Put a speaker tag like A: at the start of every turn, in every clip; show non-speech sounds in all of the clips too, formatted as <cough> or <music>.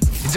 A: It's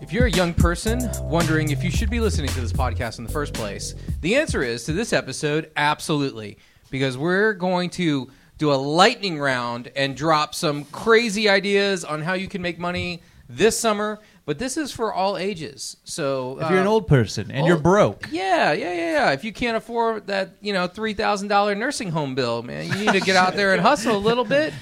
B: If you're a young person wondering if you should be listening to this podcast in the first place, the answer is to this episode, absolutely. Because we're going to do a lightning round and drop some crazy ideas on how you can make money this summer. But this is for all ages. So
C: If you're an
B: uh,
C: old person and you're
B: old-
C: broke,
B: Yeah, yeah, yeah, yeah. If you can't afford that, you know, three thousand dollar nursing home bill, man, you need to get out there
C: <laughs>
B: and hustle a little bit.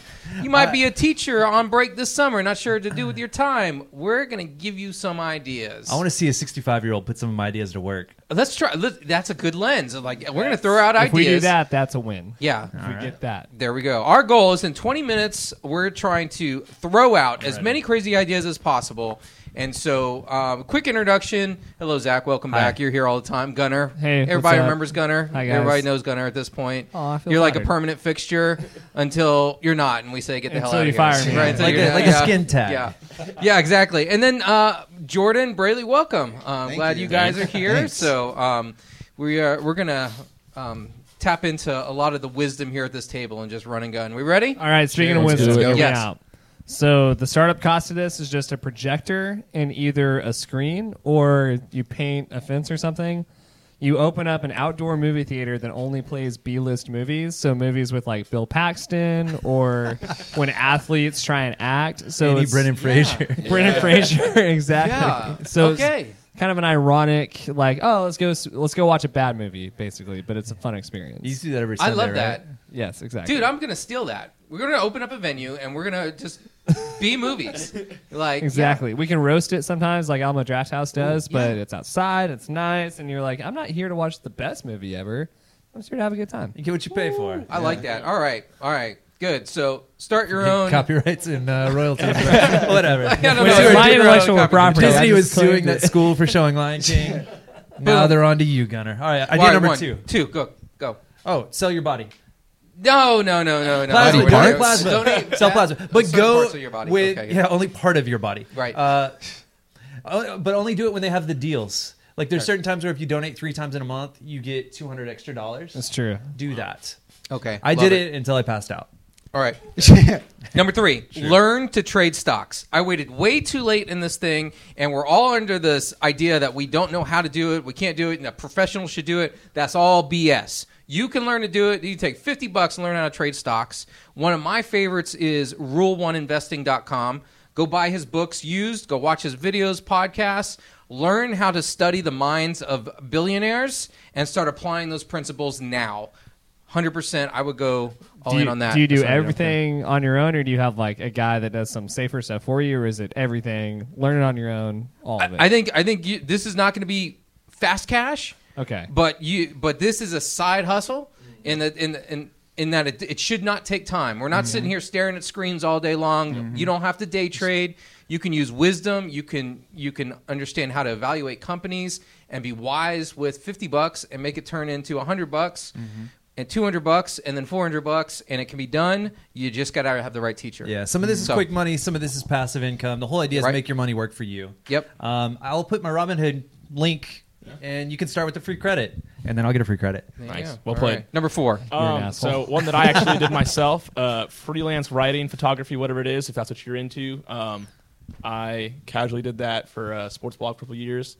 B: You might be a teacher on break this summer, not sure what to do with your time. We're gonna give you some ideas.
C: I want to see a 65 year old put some of my ideas to work.
B: Let's try. Let, that's a good lens. Like we're gonna throw out
D: If
B: ideas.
D: we do that, that's a win.
B: yeah.
D: If we get that.
B: There we go. Our goal is in 20 minutes, we're trying to throw out as many crazy ideas as possible. And so, um, quick introduction. Hello, Zach. Welcome back. You're here all the time. Gunner.
D: Hey, what's
B: Everybody
D: up?
B: remembers Gunner.
D: Hi, guys.
B: Everybody knows Gunner at this point.
C: Oh,
D: Aw, I feel
B: you're like a
D: flattered.
B: permanent fixture until you're not, and we say, get the hell
D: Until
B: out
D: you
B: of
D: fire
B: here.
D: me.
B: Right? Until
C: Like a-
B: you're-
C: like a skin tag.
B: Yeah. <laughs> Yeah, exactly. And then uh, Jordan Braley, welcome. Uh, glad you, guys are here. so um, we are we're gonna um, tap into a lot of the wisdom here at this table and just run and gun. We ready?
D: All right, speaking of wisdom,
E: do it.
D: hear me
B: Yes.
D: out. So the startup cost of this is just a projector and either a screen or you paint a fence or something. You open up an outdoor movie theater that only plays B-list movies, so movies with like Bill Paxton
B: <laughs>
D: or when athletes try and act. So
C: Any
D: it's- <laughs>
C: Brendan <laughs> Fraser.
D: Brendan Fraser, <laughs> exactly.
B: Yeah.
D: So it's
B: Okay.
D: kind of an ironic, like, oh, let's go, s- let's go watch a bad movie, basically. But it's a fun experience.
C: You see that every
B: I
C: Sunday,
B: love
C: right?
B: that,
D: Yes, exactly.
B: dude. I'm gonna steal that. We're gonna open up a venue and we're gonna just be movies. Like yeah. Mm,
D: Exactly. We can roast it sometimes, like Alma Draft House does, but
B: yeah.
D: it's outside, it's nice, and you're like, I'm not here to watch the best movie ever. I'm just here to have a good time.
C: You get what you pay for.
B: I like that. All right, all right, good. So start your own.
C: Copyrights and uh, royalties, whatever.
B: <laughs> Yeah, no,
D: Wait,
B: no,
D: so
B: start
D: my
B: your own
D: intellectual
B: copy.
C: <laughs>
D: property-
C: Disney
D: I
C: was
D: just claimed
C: suing that
D: it.
C: school for showing
B: <laughs>
C: Lion King. now
B: Boom.
C: they're on to you, Gunner. All right, idea
B: All right,
C: number
B: one,
C: two.
B: Two, go, go.
C: Oh, sell your body.
B: No, no, no, no, no.
C: Plasma.
B: We're
C: Donate
B: not-
C: plasma. <laughs>
B: Donate
C: Sell
B: that-
C: plasma. But
B: certain
C: go
B: parts of your body.
C: with
B: Okay,
C: yeah. only part of your body.
B: Right.
C: Uh, oh, but only do it when they have the deals. Like there's certain times where if you donate three times in a month, you get 200 extra dollars.
D: That's true.
C: Do that.
B: Okay.
C: I
B: love
C: did it until I passed out.
B: All
D: <laughs>
B: right. Number three, learn to trade stocks. I waited way too late in this thing, and we're all under this idea that we don't know how to do it, we can't do it, and a professional should do it. That's all BS. You can learn to do it. You take 50 bucks and learn how to trade stocks. One of my favorites is rule1investing.com. Go buy his books used, go watch his videos, podcasts, learn how to study the minds of billionaires, and start applying those principles now. 100%, I would go all
D: do you,
B: in on that.
D: do you do
B: That's what I
D: everything on your own, or do you have like a guy that does some safer stuff for you, or is it everything? Learn it on your own, all of it.
B: I think I think you, this is not going to be fast cash.
D: Okay.
B: But you but this is a side hustle in the in the, in in that it, it should not take time. We're not
C: Mm-hmm.
B: sitting here staring at screens all day long. You don't have to day trade. You can use wisdom. You can you can understand how to evaluate companies and be wise with 50 bucks and make it turn into 100 bucks
C: Mm-hmm.
B: and 200 bucks and then 400 bucks and it can be done. You just got to have the right teacher.
C: Yeah, some of this is
B: So-
C: quick money, some of this is passive income. The whole idea is
B: Right.
C: make your money work for you.
B: Yep.
C: Um, I'll put my Robinhood link, and you can start with the free credit, and then I'll get a free credit.
B: Nice.
E: Well played.
B: Number 4.
D: an
E: Um, so
D: asshole.
E: one that I actually
D: <laughs>
E: did myself, uh, freelance writing, photography, whatever it is, if that's what you're into. Um, I casually did that for a sports blog for a couple years.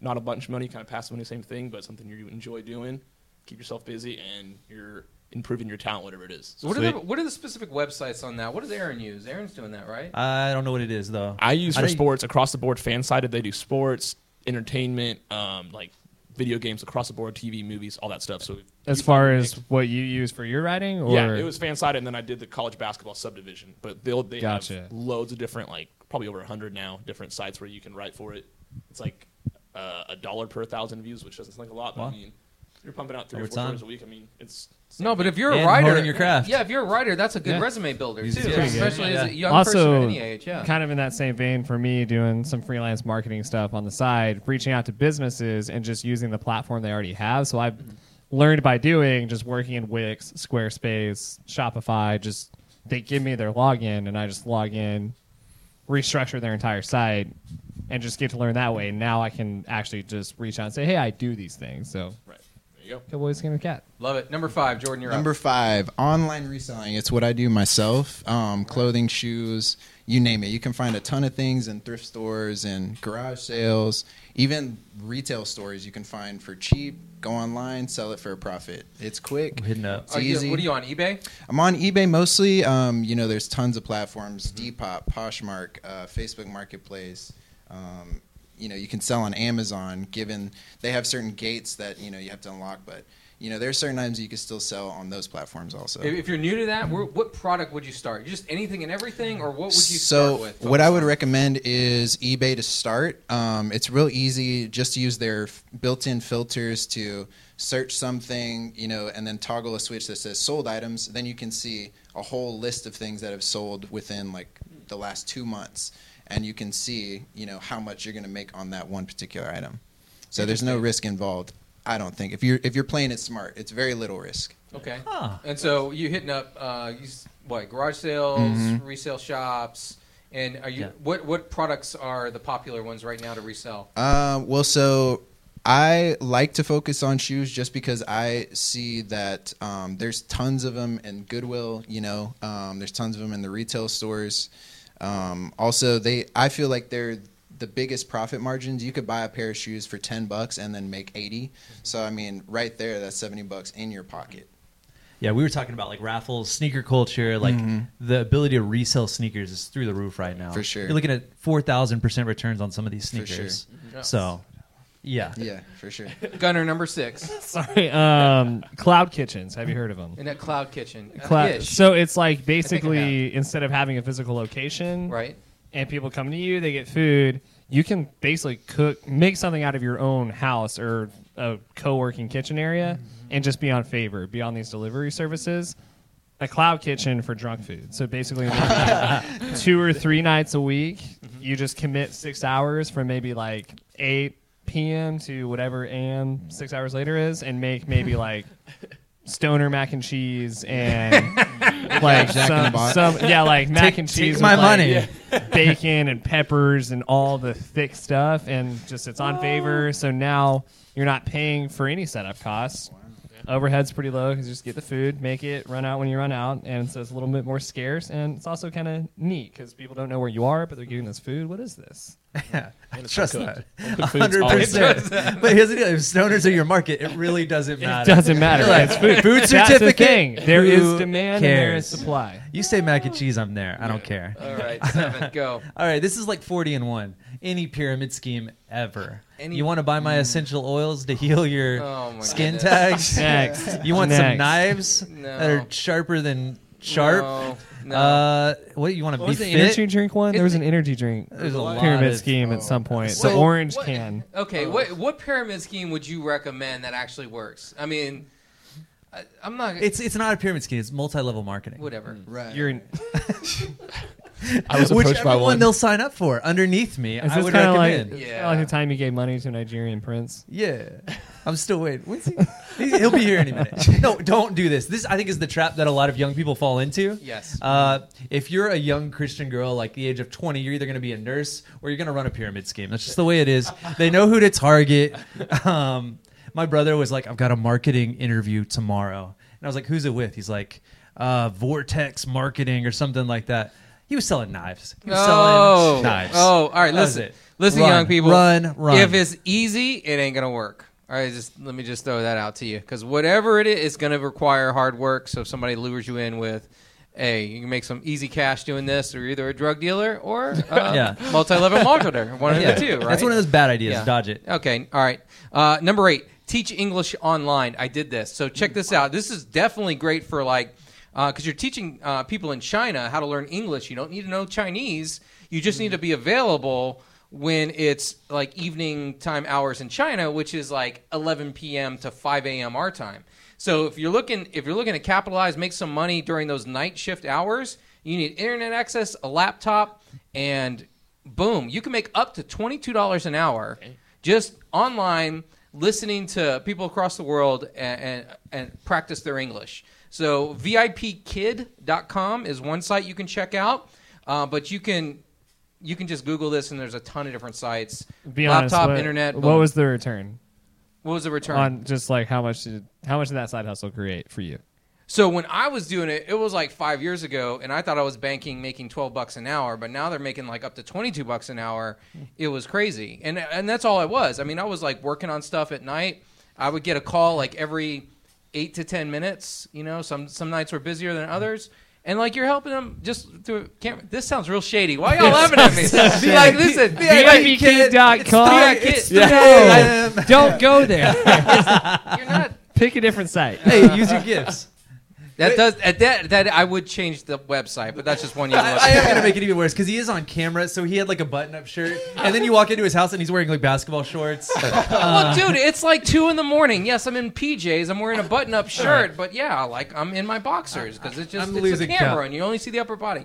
E: Not a bunch of money, kind of passive money, same thing, but something you enjoy doing. Keep yourself busy, and you're improving your talent, whatever it is.
B: What are, the, what are the specific websites on that? What does Aaron use? Aaron's doing that, right?
C: I don't know what it is though.
E: I use for
C: don't-
E: sports across the board, fan sided. They do sports, entertainment, um, like video games across the board, TV, movies, all that stuff. So
D: as far as what you use for your writing, or
E: Yeah, it was fan sided, and then I did the college basketball subdivision. But they'll they
D: Gotcha.
E: have loads of different, like probably over hundred now, different sites where you can write for it. It's like uh, a dollar per thousand views, which doesn't sound like a lot, but I mean, You're pumping out three or
C: Over
E: four
C: time.
E: times a week. I mean, it's, it's
B: No, but if you're a
C: And
B: writer,
C: honing your craft.
B: yeah, if you're a writer, that's a good
C: Yeah.
B: resume builder too,
C: He's- yeah, he's
B: especially
C: good.
B: as a
C: Yeah.
B: young person
D: also,
B: at any age. Yeah,
D: kind of in that same vein for me, doing some freelance marketing stuff on the side, reaching out to businesses and just using the platform they already have. So I've
B: Mm-hmm.
D: learned by doing, just working in Wix, Squarespace, Shopify. Just they give me their login, and I just log in, restructure their entire site, and just get to learn that way. Now I can actually just reach out and say, "Hey, I do these things." So
E: right. There you go.
D: <laughs> Cowboy Skin
B: <laughs>
D: and Cat.
B: love it. Number five, Jordan, you're
F: Number
B: up.
F: five, online reselling. It's what I do myself. Um, clothing, shoes, you name it. You can find a ton of things in thrift stores and garage sales, even retail stores. You can find for cheap. Go online, sell it for a profit. It's quick.
C: I'm hitting up.
F: It's
B: Are you-
F: easy.
B: what are you on eBay?
F: I'm on eBay mostly. Um, you know, there's tons of platforms: Depop, Poshmark, uh, Facebook Marketplace. Um, you know, you can sell on Amazon. Given they have certain gates that you know you have to unlock, but you know there are certain items you can still sell on those platforms also.
B: If, if you're new to that, where, what product would you start? Just anything and everything, or what would you
F: so
B: start with?
F: what I would
B: recommend.
F: recommend is eBay to start. Um, it's real easy just to use their f- built-in filters to search something, you know, and then toggle a switch that says sold items. Then you can see a whole list of things that have sold within like the last two months, and you can see, you know, how much you're going to make on that one particular item. So there's no risk involved. I don't think if you're if you're playing it smart, it's very little risk.
B: Okay.
C: Huh.
B: And so you hitting up uh, you, s- what garage sales, resale shops, and are you
C: Mm-hmm. Yeah.
B: what what products are the popular ones right now to resell?
F: Uh, well, so I like to focus on shoes just because I see that um, there's tons of them in Goodwill. You know, um, there's tons of them in the retail stores. Um, also, they I feel like they're the biggest profit margins. You could buy a pair of shoes for ten bucks and then make eighty. So I mean, right there, that's seventy bucks in your pocket.
C: Yeah, we were talking about like raffles, sneaker culture, like the ability to resell sneakers is through the roof right now.
F: Mm-hmm. For sure.
C: You're looking at 4,000% returns on some of these
F: For sure.
C: sneakers. So, yeah.
F: Yeah,
C: <laughs>
F: for sure.
B: Gunner number six
D: Sorry, um, <laughs> Cloud Kitchens. Have you heard of them?
B: in that cloud kitchen. Uh,
D: Cla-
B: ish,
D: So it's like
B: I
D: basically instead of having a physical location,
B: right.
D: And people come to you, they get food. You can basically cook, make something out of your own house or a co-working kitchen area,
B: Mm-hmm.
D: and just be on favor, be on these delivery services. A cloud kitchen for drunk food.
B: <laughs>
D: So basically, <laughs> maybe two or three nights a week,
B: Mm-hmm.
D: you just commit six hours from maybe like eight p.m. to whatever a.m. six hours later is, and make maybe like
B: <laughs>
D: stoner mac and cheese <laughs> and like
F: Jack in the
D: some,
F: Box.
D: some yeah like mac
C: Take-
D: and
C: take
D: cheese
C: my
D: with, like,
C: money.
D: bacon and peppers and all the thick stuff and just it's on favor so now you're not paying for any setup costs overhead's pretty low because you just get the food make it run out when you run out and so it's a little bit more scarce and it's also kind of neat because people don't know where you are but they're getting this food what is this
C: I trust that.
E: food's
C: hundred
E: always-
C: percent. <laughs> But here's the deal: if stoners are your market, it really doesn't matter.
D: doesn't matter it's food
C: Food
D: that's the
C: certificate.
D: thing there is
C: Who
D: demand and there
C: cares?
D: is supply
C: You say mac and cheese, I'm there. I don't care.
B: All right, seven, go.
C: All right, this is like 40 and 1. Any pyramid scheme ever.
B: Any- Mm.
C: you want to buy my essential oils to heal your
B: Oh my
C: skin
B: goodness.
C: tags?
D: <laughs> Next.
C: You want some
D: Next.
C: knives that
B: No.
C: are sharper than <laughs> sharp?
B: No, no.
C: Uh, what you want to
D: what
C: be
D: was the
C: fit?
D: energy drink one? There was
C: Isn't
D: an energy drink
C: There's a lot
D: pyramid
C: of-
D: scheme at some point. the
B: So-
D: orange
B: what-
D: can.
B: Okay,
C: Oh.
B: what what pyramid scheme would you recommend that actually works? I mean, I, I'm not.
C: It's Hmm. it's not a pyramid scheme. It's multi-level marketing.
B: whatever.
F: Right.
D: You're in,
E: I was approached
C: Whichever
E: by
C: one,
E: one.
C: they'll sign up for underneath me,
D: is
C: I
D: this
C: would
D: kind of like,
C: recommend.
D: it's kinda
B: Yeah.
D: like the time you gave money to a Nigerian prince?
C: Yeah. I'm still waiting. When's he? he's- He'll be here any minute.
B: <laughs>
C: No, don't do this. This I think is the trap that a lot of young people fall into.
B: Yes.
C: Uh, if you're a young Christian girl, like the age of 20, you're either going to be a nurse or you're going to run a pyramid scheme. That's just the way it is. They know who to target. <laughs> Um, my brother was like, "I've got a marketing interview tomorrow," and I was like, "Who's it with?" He's like, uh, "Vortex Marketing" or something like that. He was selling knives. He was
B: oh,
C: selling knives.
B: oh, all right.
C: That was
B: Listen,
C: it.
B: listen,
C: Run,
B: young people.
C: Run, run.
B: If it's easy, it ain't gonna work. All right, just let me just throw that out to you because whatever it is, it's gonna require hard work. So if somebody lures you in with, hey, you can make some easy cash doing this, or you're either a drug dealer or uh,
C: <laughs> Yeah.
B: multi-level marketer, one of
C: Yeah.
B: the two. Right?
C: That's one of those bad ideas.
B: Yeah.
C: Dodge it.
B: Okay. All right. Uh, number eight, teach English online. I did this. So check this out. This is definitely great for like, because you're teaching
C: Mm-hmm.
B: uh, people in China how to learn English. You don't need to know Chinese. You just need to be available when it's like evening time hours in China, which is like 11 p.m. to 5 a.m. our time. So if you're looking if you're looking to capitalize, make some money during those night shift hours, you need internet access, a laptop, and boom, you can make up to $22 an hour just online listening to people across the world and, and, and practice their English. So VIPKid.com is one site you can check out, uh, but you can you can just Google this and there's a ton of different sites.
D: Be honest,
B: Laptop,
D: what-
B: internet.
D: What
B: boom.
D: was the return
B: what was the return?
D: on just like how much did how much did that side hustle create for you?
B: So when I was doing it, it was like five years ago, and I thought I was banking making twelve bucks an hour, but now they're making like up to twenty two bucks an hour. It was crazy, and and that's all I was. I mean, I was like working on stuff at night. I would get a call like every eight to ten minutes. You know, some some nights were busier than others. And like you're helping them just through camera. This sounds real shady. Why y'all laughing at me? Be like, listen,
D: VIPKid.com.
B: It's
C: <laughs>
D: No, don't go there.
B: you're not.
D: Pick a different site.
C: <laughs> Hey, use your gifts.
B: That does at that that I would change the website, but that's just one. You
C: <laughs> I, I am gonna make it even worse because he is on camera, so he had like a button-up shirt, and then you walk into his house and he's wearing like basketball
F: <laughs>
C: shorts.
B: Well, dude, it's like two in the morning. Yes, I'm in PJs. I'm wearing a button-up shirt, but yeah, like I'm in my boxers because it's just
C: I'm
B: it's a
C: losing
B: camera
C: count.
B: and you only see the upper body.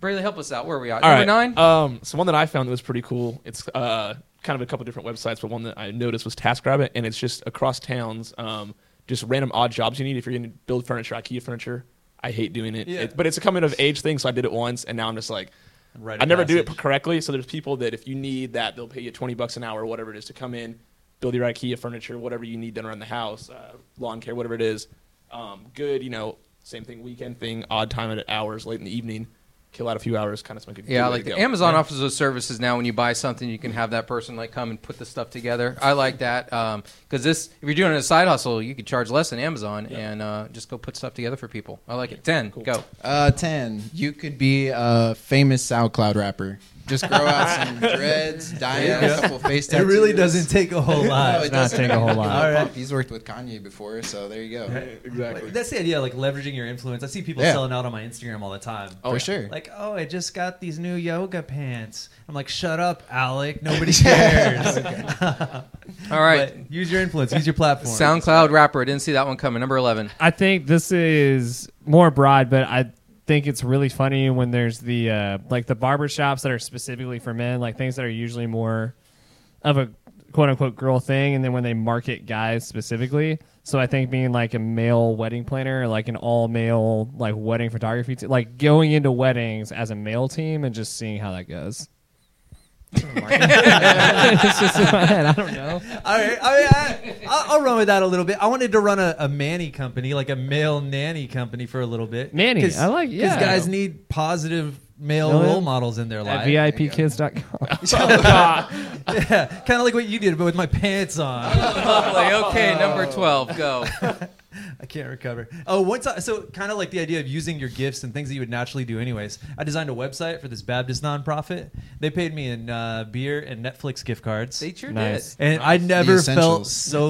B: Braylon, help us out. Where are we at?
E: All
B: Number
E: right.
B: nine.
E: Um, so one that I found that was pretty cool. It's uh, kind of a couple different websites, but one that I noticed was TaskRabbit, and it's just across towns, um, just random odd jobs you need if you're going to build furniture, IKEA furniture. I hate doing it.
C: Yeah.
E: It- but it's a coming of age thing, so I did it once, and now I'm just like,
C: Rite
E: I
C: of
E: never do it
C: passage.
E: correctly. So there's people that if you need that, they'll pay you 20 bucks an hour or whatever it is to come in, build your IKEA furniture, whatever you need done around the house, uh, lawn care, whatever it is. Um, good, you know, same thing, weekend thing, odd time at hours, late in the evening, kill out a few hours, kind of something.
B: yeah, like the Amazon offers those services now. When you buy something, you can have that person like come and put the stuff together. I like that because this, if you're doing it as a side hustle, you could charge less than Amazon and uh, just go put stuff together for people. I like it. Ten, go.
F: Uh, ten. You could be a famous SoundCloud rapper. Just grow
D: <laughs>
F: out some dreads, dye out a couple face
C: it
F: tattoos.
C: really doesn't take a
D: <laughs>
C: whole
F: <laughs> No,
C: lot.
F: it doesn't
D: take a whole
F: You know,
D: lot.
C: All right.
F: Pump, He's worked with Kanye before, so there you go.
E: Exactly.
C: That's the idea, like leveraging your influence. I see people
F: Yeah.
C: selling out on my Instagram all the time.
F: Oh, For sure.
C: Like, oh, I just got these new yoga pants. I'm like, shut up, Alec.
F: <laughs>
C: Nobody cares.
B: All right,
C: But use your influence. Use your platform.
B: SoundCloud rapper. I didn't see that one coming. Number eleven.
D: I think this is more broad, but I think it's really funny when there's the uh, like the barber shops that are specifically for men, like things that are usually more of a quote unquote girl thing, and then when they market guys specifically. So I think being like a male wedding planner, like an all male like wedding photography, te- like going into weddings as a male team and just seeing how that goes. <laughs> it's just in my head. I don't know.
C: All right, I mean, I, I'll, I'll run with that a little bit. I wanted to run a, a manny company, like a male nanny company, for a little bit.
D: Nanny,
C: Cause,
D: I like-
C: 'cause
D: yeah.
C: guys need positive male
D: No,
C: role
D: yeah.
C: models in their <laughs>
D: At
C: life.
D: VIPkids.com.
C: yeah, kind of like what you did, but with my pants on.
B: Lovely. <laughs> Okay, number twelve. Go.
C: I can't recover. Oh, once I, so kind of like the idea of using your gifts and things that you would naturally do anyways. I designed a website for this Baptist nonprofit. They paid me in uh, beer and Netflix gift cards,
B: They sure
D: Nice.
B: did.
C: and I never felt
F: essentials.
C: so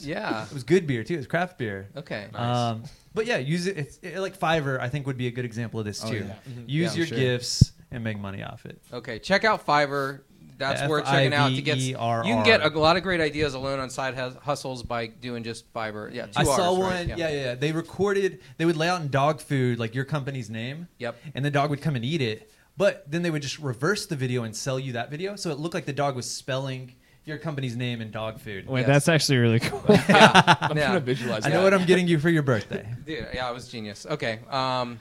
B: <laughs> Yeah.
C: it was good beer too. It was craft beer.
B: Okay.
E: Uh,
C: Um, but yeah, use it, it's it. Like Fiverr, I think would be a good example of this too.
D: Mm-hmm.
C: Use
B: Oh, Yeah,
C: your
B: sure.
C: gifts and make money off it.
B: Okay, check out Fiverr. That's worth checking out to get.
E: E
B: You
C: F-I-V-E-R-R.
B: can get a lot of great ideas alone on side hus- hustles by doing just Fiverr. Yeah, two
C: I saw
B: Rs,
C: one.
B: right?
C: Yeah. yeah, yeah. They recorded. They would lay out in dog food like your company's name.
B: Yep.
C: And the dog would come and eat it, but then they would just reverse the video and sell you that video, so it looked like the dog was spelling your company's name in dog food.
D: Wait,
B: Yes.
D: that's actually really cool.
E: I'm
B: Yeah.
E: trying to visualize
C: I
E: that.
C: know what I'm getting you for your birthday. <laughs>
B: Dude, yeah, I was genius. Okay. Um,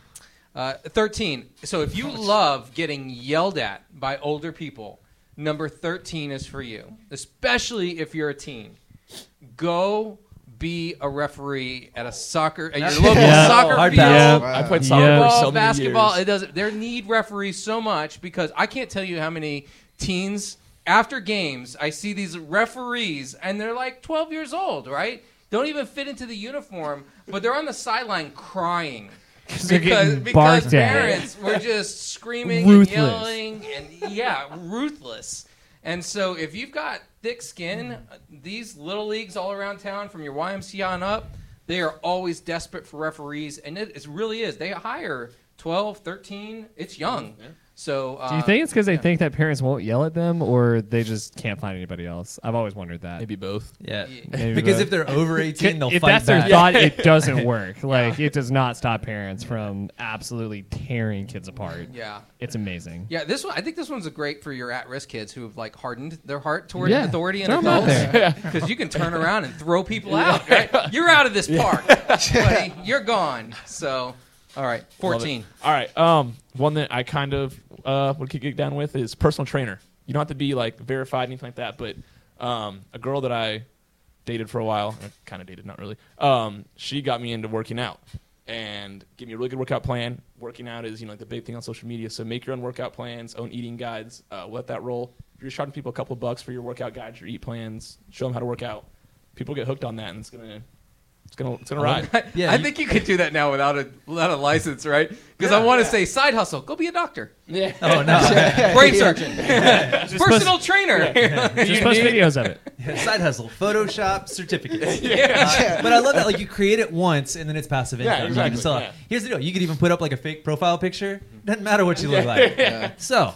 B: uh, 13. So if you love getting yelled at by older people, number 13 is for you, especially if you're a teen. Go be a referee at a soccer, at
D: <laughs>
B: your local
D: Yeah.
B: soccer
C: Hard
B: field.
D: pass.
F: Wow.
E: I played soccer
D: Yeah.
E: for
D: Well,
E: so
B: Football,
E: many
B: basketball,
E: years.
B: it doesn't. They need referees so much because I can't tell you how many teens after games I see these referees and they're like 12 years old, right? Don't even fit into the uniform, but they're on the sideline
D: <laughs>
B: crying.
D: they're
B: Because,
D: getting
B: because
D: barked at.
B: parents were just screaming
D: Ruthless.
B: and yelling and yeah, ruthless. And so if you've got thick skin,
E: Hmm.
B: these little leagues all around town from your YMCA on up, they are always desperate for referees, and it, it really is. They hire 12, 13. It's young. So uh,
D: Do you think it's because they think that parents won't yell at them, or they just can't find anybody else? I've always wondered that.
E: Maybe both.
C: Yeah.
D: Maybe
C: because
D: both.
C: if they're over 18, they'll
D: if
C: fight
D: that's
C: back.
D: their thought, it doesn't work. Like it does not stop parents from absolutely tearing kids apart.
B: Yeah.
D: it's amazing.
B: Yeah, this one I think this one's a great for your at-risk kids who have like hardened their heart toward
D: Yeah.
B: authority and
D: Throw 'em out
B: adults <laughs> because you can turn around and throw people out. Right? You're out
E: <laughs>
B: of this park, buddy. You're gone. So, all right,
E: Love it.
B: fourteen.
E: All right. Um, one that I kind of uh, would kick it down with is personal trainer. You don't have to be like verified anything like that, but um, a girl that I dated for a while, kind of dated, not really. Um, she got me into working out and gave me a really good workout plan. Working out is you know like the big thing on social media, so make your own workout plans, own eating guides, uh, let that roll. If You're charging people a couple bucks for your workout guides, your eat plans. Show them how to work out. People get hooked on that, and it's gonna, it's gonna, it's gonna ride.
C: Yeah,
B: I
C: you-
B: think you could do that now without a without a license, right? Because I want to say side hustle. Go be a doctor,
C: Oh,
D: <laughs>
C: no.
B: brain surgeon, <laughs> personal trainer. <laughs>
D: Just post videos of it.
C: <laughs> Side hustle, Photoshop
F: <laughs>
C: certificates. Uh, but I love that. Like you create it once, and then it's passive income. You
E: exactly,
C: can sell it.
E: yeah.
C: Here's the deal: you could even put up like a fake profile picture. Doesn't matter what you look like. So,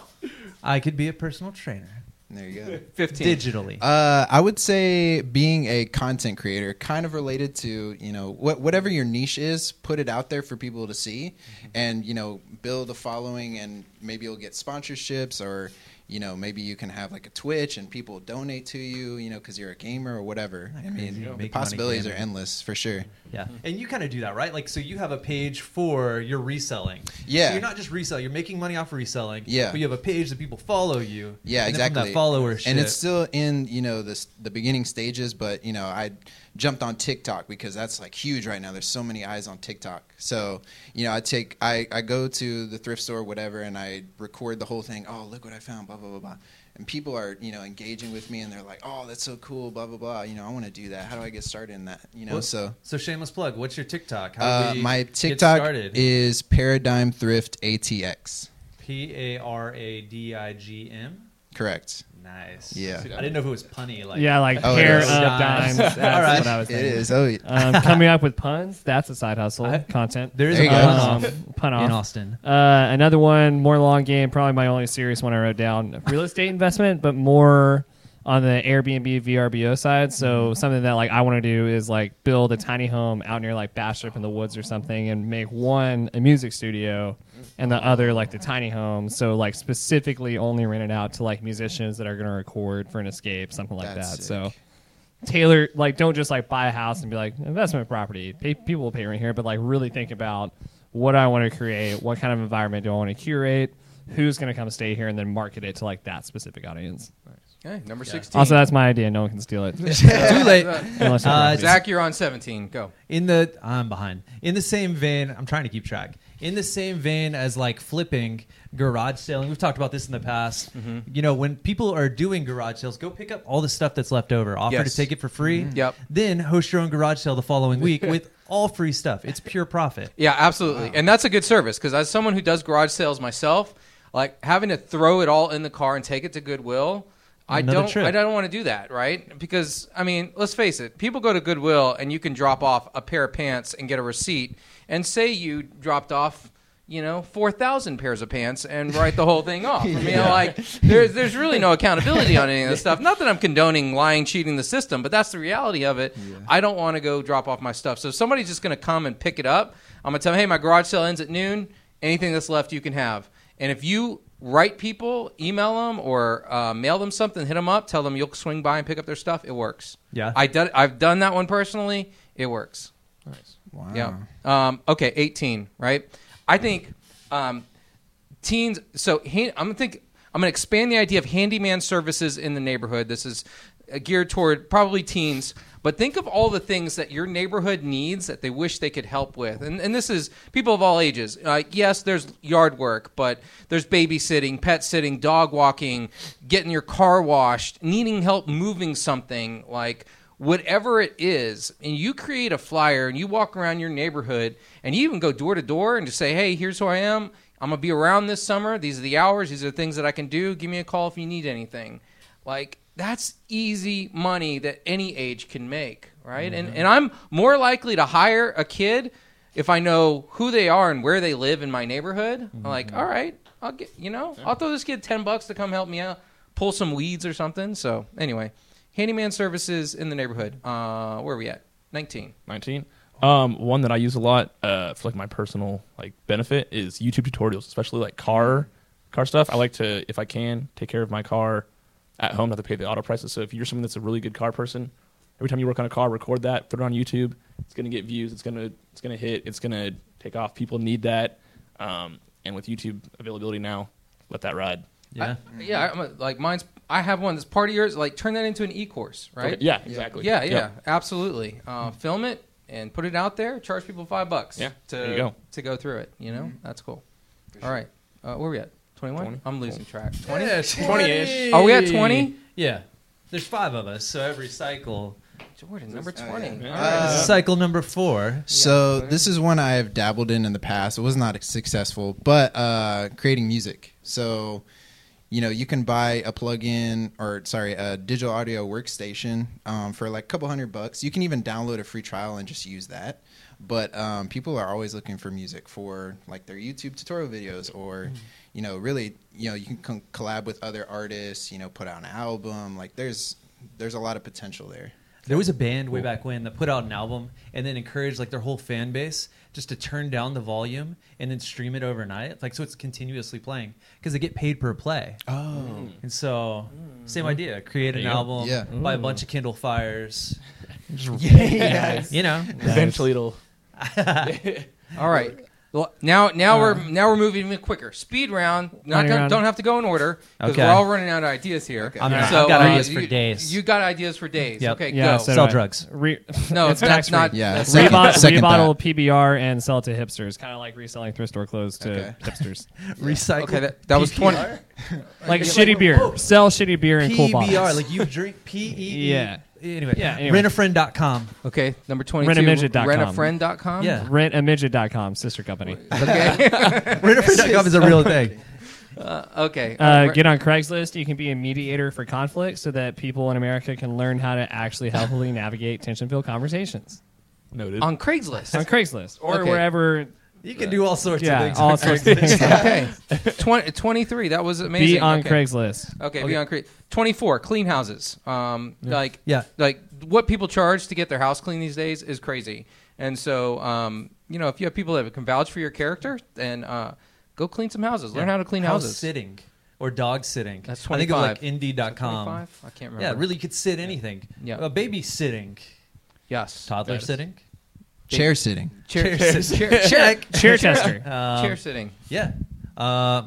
C: I could be a personal trainer
F: There you go.
B: Fifteen.
C: digitally.
F: Uh, I would say being a content creator, kind of related to you know what whatever your niche is, put it out there for people to see,
C: Mm-hmm.
F: and you know build a following, and maybe you'll get sponsorships, or you know maybe you can have like a Twitch and people donate to you, you know, because you're a gamer or whatever. I
C: crazy.
F: mean,
C: Yeah.
F: the
C: Make money
F: possibilities are
C: gaming.
F: endless for sure.
C: yeah, and you kind of do that, right? Like, so you have a page for your reselling.
F: Yeah.
C: so you're not just reselling; you're making money off of reselling.
F: Yeah.
C: but you have a page that people follow you.
F: Yeah,
C: and then from
F: exactly.
C: That followership,
F: and it's still in you know this the beginning stages, but you know I jumped on TikTok because that's like huge right now. There's so many eyes on TikTok, so you know I take I I go to the thrift store, or whatever, and I record the whole thing. Oh, look what I found! Blah blah blah blah. And people are you know engaging with me, and they're like, oh, that's so cool! Blah blah blah. You know, I want to do that. How do I get started in that? You know,
C: Well,
F: so.
C: So shameless plug. What's your TikTok? How
F: Uh,
C: do we
F: my
C: get
F: TikTok
C: started?
F: is Paradigm Thrift ATX.
C: P A R A D I G M.
F: Correct.
C: Nice.
F: Yeah.
C: I didn't know if it was punny. Like
D: Yeah, like
F: Oh, it
D: pair of
F: is.
D: dimes. That's
C: All right.
D: what I was
F: It
D: thinking.
F: is. Oh,
D: Um,
F: <laughs>
D: coming up with puns. That's a side hustle
C: I-
D: content.
C: There is a
F: There you go.
C: pun
D: um,
C: off
D: pun
C: in
D: off.
C: Austin.
D: Uh, another one, more long game. Probably my only serious one I wrote down. Real estate investment, but more on the Airbnb VRBO side.
F: Mm-hmm.
D: So something that like I want to do is like build a tiny home out near like Bastrop in the woods or something, and make one a music studio, and the other like the tiny home. So like specifically only rent it out to like musicians that are going to record for an escape, something like
F: That's
D: that.
F: sick.
D: So tailor like don't just like buy a house and be like investment property pay, people will pay rent here but like really think about what i want to create what kind of environment do i want to curate who's going to come stay here and then market it to like that specific audience
B: Okay, number sixteen.
D: also that's my idea no one can steal it
C: Too late.
D: unless you're
C: Uh,
D: property.
B: Zach, you're on seventeen. Go.
C: In the I'm behind. In the same vein, I'm trying to keep track. In the same vein as like flipping, garage selling. We've talked about this in the past. You know, when people are doing garage sales, go pick up all the stuff that's left over. Offer
B: Yes.
C: to take it for free.
B: Yep.
C: Then host your own garage sale the following week with all free stuff. It's pure profit.
B: Yeah, absolutely. And that's a good service because as someone who does garage sales myself, like having to throw it all in the car and take it to Goodwill, I
C: Another
B: don't
C: trip.
B: I don't want to do that, right? Because I mean, let's face it, people go to Goodwill and you can drop off a pair of pants and get a receipt and say you dropped off you know, four thousand pairs of pants and write the whole thing off. I mean, like there's there's really no accountability on any of this stuff. Not that I'm condoning lying, cheating the system, but that's the reality of it. I don't want to go drop off my stuff. So if somebody's just going to come and pick it up. I'm going to tell them, hey, my garage sale ends at noon. Anything that's left, you can have. And if you write people, email them, or uh, mail them something, hit them up, tell them you'll swing by and pick up their stuff. It works.
C: Yeah.
B: I done, I've done that one personally. It works.
F: wow.
B: Yeah. Um, okay, 18, right? I think um, teens. So han- I'm gonna think. I'm gonna expand the idea of handyman services in the neighborhood. This is uh, geared toward probably teens, but think of all the things that your neighborhood needs that they wish they could help with. And and this is people of all ages. Uh, yes, there's yard work, but there's babysitting, pet sitting, dog walking, getting your car washed, needing help moving something like whatever it is, and you create a flyer and you walk around your neighborhood and you even go door to door and just say, hey, here's who I am. I'm going to be around this summer. These are the hours. These are the things that I can do. Give me a call if you need anything. Like, that's easy money that any age can make, right? And, and I'm more likely to hire a kid if I know who they are and where they live in my neighborhood, I'm like, all right, I'll get you know, I'll throw this kid ten bucks to come help me out, pull some weeds or something. So anyway, handyman services in the neighborhood. Uh, where are we at? Nineteen.
E: 19 um, one that i use a lot uh, for like my personal like benefit is youtube tutorials especially like car car stuff i like to if i can take care of my car at home not to pay the auto prices so if you're someone that's a really good car person every time you work on a car record that put it on youtube it's going to get views it's going to it's going to hit it's going to take off people need that um, and with youtube availability now let that ride
C: Yeah.
B: Yeah, I- I'm a- like mine's. I have one that's part of yours. Like turn that into an e-course, right?
E: Okay, yeah exactly
B: Yeah, yeah,
E: Yep. Mm-hmm.
B: absolutely. Uh, film it and put it out there. Charge people five bucks.
E: Yeah,
B: to
E: there you go.
B: to go through it. You know, that's cool. All right, uh, where are we at? Twenty-one.
E: 20.
B: I'm losing track. Twenty.
C: Yeah, 20-ish.
B: Are we at 20?
C: Yeah. There's five of us, so every cycle.
B: Jordan, number
F: Oh, yeah.
B: twenty.
E: Yeah.
B: All right.
C: this is cycle number four.
F: So this is one I've dabbled in in the past. It was not successful, but uh, creating music. So you know you can buy a plug-in or sorry a digital audio workstation um, for like a couple hundred bucks you can even download a free trial and just use that but um, people are always looking for music for like their youtube tutorial videos or you know really you know you can con- collab with other artists you know put out an album like there's there's a lot of potential there
C: There was a band way back when that put out an album and then encouraged like their whole fan base just to turn down the volume and then stream it overnight. Like so it's continuously playing because they get paid per play. Oh. And so same idea. Create an
E: you go.
C: album,
F: Yeah.
C: buy a bunch of Kindle Fires. <laughs> You know.
E: eventually it'll
B: All right. Well, now now we're now we're moving even quicker. Speed round. Not
D: Running
B: gonna,
D: around.
B: don't have to go in order because
C: Okay.
B: we're all running out of ideas here.
C: I'm not-
B: So,
C: I've got
B: uh,
C: ideas for
B: you-
C: days.
B: You got ideas for days.
C: Yep.
B: Okay,
D: Yeah,
B: go.
D: so
C: Sell
D: do I.
C: drugs.
D: Re- <laughs>
B: no, it's that's
D: tax-free.
B: not.
F: Yeah,
B: that's
F: second-
D: Rebot-
F: second
D: rebottle
F: that.
D: PBR and sell it to hipsters, kind of like reselling thrift store clothes to
F: Okay.
D: hipsters.
C: Recycle.
B: Okay, that, that was twenty.
D: Like shitty beer, sell shitty beer in cool bottles.
C: PBR, E like you drink P E.
D: Yeah.
C: Anyway,
D: Yeah,
C: yeah,
D: anyway.
C: <laughs> rentafriend.com.
B: Okay, number twenty-two.
D: Rentamidget.com.
B: Rentafriend.com.
C: Yeah.
D: rentamidget.com, sister company.
B: Okay.
C: Rentafriend.com is a <laughs> real thing.
B: okay.
D: Uh, get on Craigslist. You can be a mediator for conflict so that people in America can learn how to actually <laughs> healthily navigate tension filled conversations.
E: noted
B: on Craigslist.
D: On Craigslist or
B: Okay.
D: wherever.
C: You can do all sorts of
D: Yeah,
C: things.
D: all sorts of things.
B: okay. <laughs> 20, 23. That was amazing.
D: Be on
B: okay.
D: Craigslist.
B: Okay, be on Craigslist. 24. Clean houses. Um, Like,
C: Yeah.
B: like what people charge to get their house clean these days is crazy. And so, um, you know, if you have people that can vouch for your character, then uh, go clean some houses. Learn how to clean
C: House
B: houses.
C: sitting or dog sitting.
B: That's
C: I
B: 25.
C: think it was like indeed.com.
B: 25? I can't remember.
C: Yeah, really, you could sit anything.
B: Yeah.
C: A baby sitting,
B: Yes.
C: toddler sitting.
F: chair sitting
B: Chair, chair,
C: Chair-
B: chair,
C: <laughs> Check. Um,
D: Chair tester. <laughs>
B: chair sitting.
C: Yeah. Uh,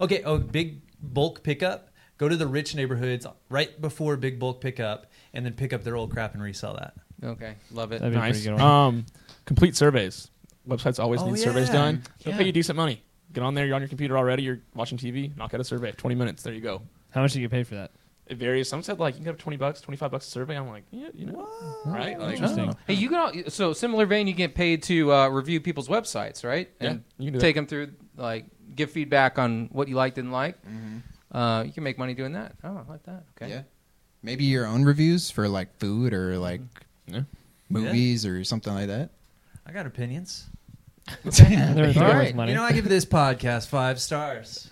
C: okay. Oh, big bulk pickup. Go to the rich neighborhoods right before big bulk pickup, and then pick up their old crap and resell that.
B: Okay, love it.
D: That'd be a pretty
E: Nice.
D: good one.
E: Um, complete surveys. Websites always
C: Oh,
E: need
C: yeah.
E: surveys done. They'll
C: Yeah.
E: pay you decent money. Get on there. You're on your computer already. You're watching TV. Knock out a survey. Twenty minutes. There you go.
D: how much do you get paid for that?
E: It varies. Some said like you can get up twenty bucks, twenty five bucks a survey. I'm like, yeah, you know, right? Like,
D: Interesting.
B: Hey, you can all, so similar vein. You get paid to uh, review people's websites, right?
E: Yeah,
B: And
E: you can do
B: take them through, like, give feedback on what you liked, didn't like.
D: Mm-hmm.
B: Uh, you can make money doing that. Oh, I like that. Okay.
F: yeah maybe your own reviews for like food or like
E: Mm-hmm. Yeah.
F: movies or something
E: <laughs>
F: like that
C: I got opinions.
D: They're,
B: All
D: they're worth
B: right.
D: money.
C: You know, I give this podcast five stars.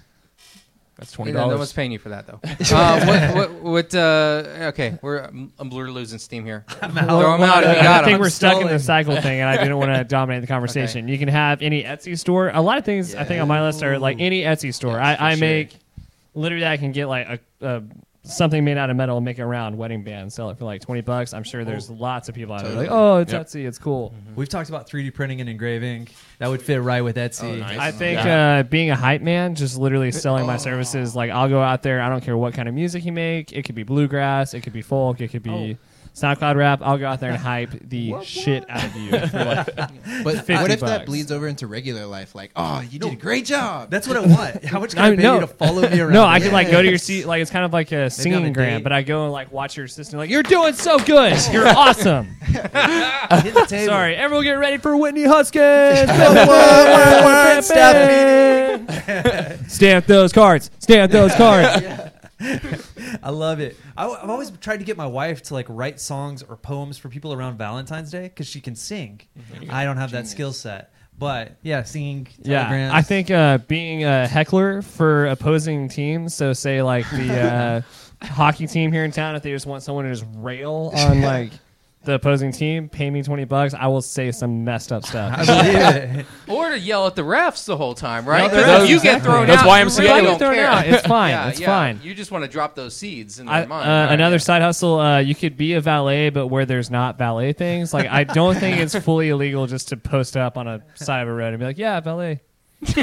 E: That's
B: Yeah,
E: twenty
B: No
E: dollars.
B: one's paying you for that,
D: <laughs>
B: though. uh, what? What? what uh, okay, we're I'm, I'm we're losing steam
D: <laughs>
B: here. Throw 'em out if you
D: I
B: got
D: think
B: 'em.
D: we're stuck in the
C: Stalling.
D: cycle thing, and I didn't want to dominate the conversation. You can have any Etsy store. A lot of things I think on my list are like any Etsy store. I, I make literally I can get like a, a something made out of metal and make a round wedding band, sell it for like twenty bucks. I'm sure there's lots of people out there like, oh, it's
E: Yep.
D: Etsy, it's cool.
C: We've talked about 3D printing and engraving. That would fit right with Etsy.
D: I think uh, being a hype man, just literally selling my services. Like I'll go out there. I don't care what kind of music you make. It could be bluegrass. It could be folk. It could be SoundCloud rap. I'll go out there and hype the shit out of you. for, like,
F: But
D: 50
F: what
D: bucks.
F: if that bleeds over into regular life? Like, oh, you did a great job.
C: That's what I want. How much can
D: I-
C: I pay
D: <laughs> no.
C: you to follow me around?
D: No, I could like go
B: <laughs>
D: to your seat. Like it's kind of like a singing gram,
C: date.
D: but I go and like watch your assistant. Like you're doing
B: <laughs>
D: so good. You're awesome.
C: hit the table.
D: Sorry, everyone, get ready for
B: <laughs>
D: Whitney Huskins. Stamp those cards.
B: <laughs>
D: Stamp those cards.
C: I love it. I, have always tried to get my wife to like
B: Mm-hmm.
C: write songs or poems for people around Valentine's Day because she can sing. I don't have that skill set, But yeah, singing.
D: Yeah,
C: telegrams.
D: I think uh, being a heckler for opposing teams. So say like
B: <laughs>
D: the uh, hockey team here in town, if they just want someone to just rail
E: <laughs>
B: <laughs>
D: on like the opposing team, pay me twenty bucks. I will say some messed up
C: I
D: stuff.
C: believe it.
B: Or to yell at the refs the whole time, right?
C: the
B: 'Cause
C: refs,
B: if you get
C: exactly.
B: thrown
E: That's
B: out.
E: why
B: you
E: I'm
B: really
E: saying
D: I get
B: don't
D: thrown
B: care.
D: out. It's
B: <laughs>
D: fine.
B: Yeah,
D: It's
B: yeah.
D: fine.
B: You just want to drop those seeds in
D: I-
B: their mind.
D: uh,
B: Right.
D: another side hustle. Uh, you could be a valet, but where there's not valet things, like I don't think <laughs> it's fully illegal just to post up on a side of a road and be like, "Yeah, valet."
E: Do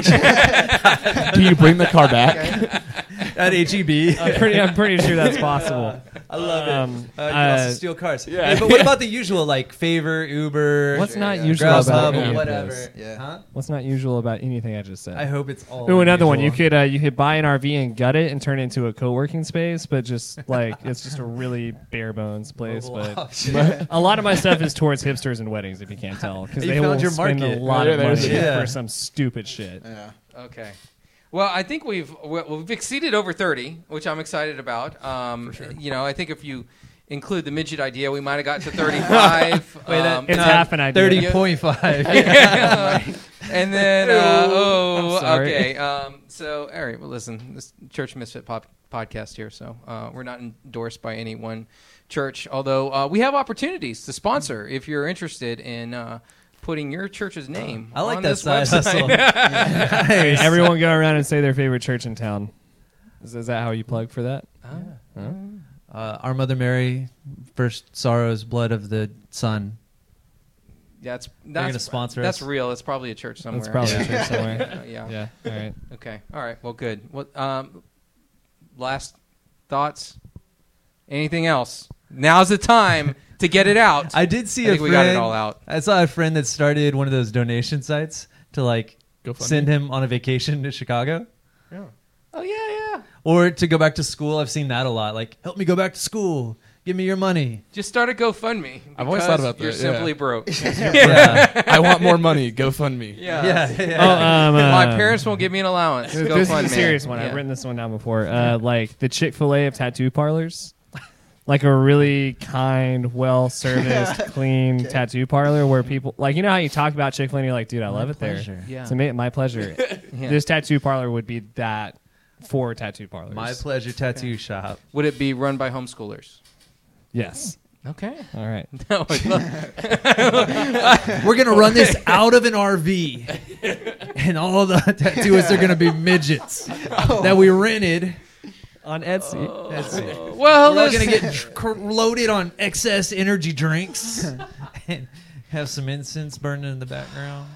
E: you bring the car back?
D: <laughs>
C: At HEB.
D: <laughs> I'm pretty, I'm pretty sure that's possible.
C: I love
D: <laughs> Um,
C: it. Uh, you
D: uh,
C: also steal cars. Yeah.
B: <laughs>
C: but what about the usual, like Favor, Uber,
D: What's
F: Sure,
D: not
F: yeah.
D: usual about
C: Grubhub,
D: any
C: or
D: of
C: whatever?
D: this?
F: Yeah.
C: Huh?
D: What's not usual about anything I just said?
C: I hope it's all.
D: Ooh, another one. You
C: unusual.
D: could uh, you could buy an RV and gut it and turn it into a co-working space, but just
C: <laughs>
D: like it's just a really bare bones place.
C: Mobile
D: But
C: option.
D: a lot of my stuff is towards hipsters and weddings, if you can't tell, because
C: You
D: they
C: found
D: will
C: your
D: spend
C: market.
D: a lot of
E: Yeah, there's-
D: money
C: yeah.
D: for some stupid shit.
F: Yeah.
B: Okay. Well, I think we've we- we've exceeded over thirty, which I'm excited about. Um, You know, I think if you include the midget idea, we might have
C: <laughs>
B: got to thirty-five.
C: Wait, that-
B: um, <laughs>
D: It's
C: No,
D: half an idea.
C: Thirty point five.
B: and then uh, oh,
D: I'm sorry.
B: okay. Um, so, all right. Well, listen, this Church Misfit pop- podcast here, so uh, we're not endorsed by any one church. Although uh, we have opportunities to sponsor if you're interested in uh, putting your church's name.
C: <laughs> Uh, I like
B: on
C: that
B: this
C: side
B: website.
C: hustle. <laughs> Nice.
D: Everyone go around and say their favorite church in town. Is, is that how you plug for that?
C: <laughs> Uh, Our Mother Mary, first sorrows, blood of the Son.
B: That's that's
C: gonna sponsor
B: That's
C: us?
B: real. It's probably a church somewhere.
D: That's probably
B: yeah.
D: a church somewhere.
B: Uh, <laughs> yeah.
D: Yeah. All right.
B: Okay. All right. Well, good. What? Um, last thoughts? Anything else? Now's the time to get it out.
C: <laughs> I did see
B: I think
C: a
B: we got
C: friend.
B: it all out.
C: I saw a friend that started one of those donation sites to like
E: GoFundMe?
C: send him on a vacation to Chicago
B: oh yeah, yeah.
C: or to go back to school. I've seen that a lot. Like, help me go back to school. Give me your money.
B: Just start a GoFundMe.
E: I've always
B: because
E: thought about
B: You're
E: that, yeah.
B: simply broke.
C: <laughs> Yeah,
E: <laughs> I want more money. Go fund me.
B: yeah.
C: yeah, yeah. <laughs>
D: Oh, <laughs> um,
B: My
D: uh,
B: parents won't give me an allowance.
D: This
B: GoFundMe.
D: this is a serious one.
B: Yeah.
D: I've written this one down before. Uh, like the Chick Fil A of tattoo parlors, like a really kind, well serviced,
B: <laughs>
D: clean tattoo parlor where people like you know how you talk about Chick Fil A, and you're like, dude, I love it
C: pleasure.
D: there.
B: Yeah.
D: it's ama- my pleasure.
B: <laughs> Yeah.
D: This tattoo parlor would be that for tattoo parlors.
C: My pleasure tattoo shop.
B: Would it be run by homeschoolers?
D: yes.
B: Okay. <laughs>
D: All right.
B: No, I'd love-
C: <laughs> We're gonna run this out of an RV, <laughs> and all the tattooists are gonna be <laughs> midgets that we rented. Oh.
D: On Etsy.
C: That's it.
B: <laughs> well,
C: We're all
B: listen.
C: gonna get dr- cr- loaded on excess energy drinks <laughs> and have some incense burning in the background.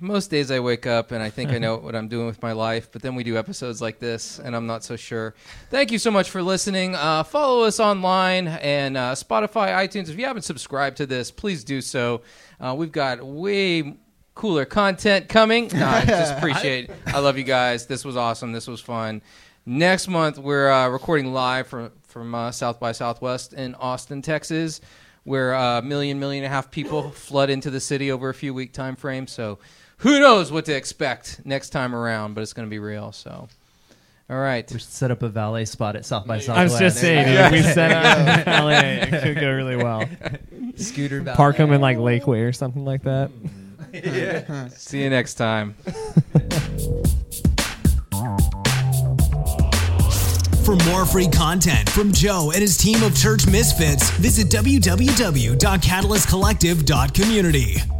B: Most days I wake up and I think I know what I'm doing with my life, but then we do episodes like this and I'm not so sure. Thank you so much for listening. Uh, follow us online and uh, Spotify, iTunes. If you haven't subscribed to this, please do so. Uh, we've got way cooler content coming. No, I just appreciate it. I love you guys. This was awesome. This was fun. Next month, we're uh, recording live from, from uh, South by Southwest in Austin, Texas where a million, million and a half people flood into the city over a few week time frame. So who knows what to expect next time around, but it's going to be real. So, all right.
C: We should set up a valet spot at South by
D: I
C: Southwest.
D: was just saying, dude, we set
B: <laughs>
D: up LA. It could go really well.
C: scooter valet.
D: Park them in like Lakeway or something like that.
B: See you next time.
G: For more free content from Joe and his team of church misfits, visit www.catalystcollective.community.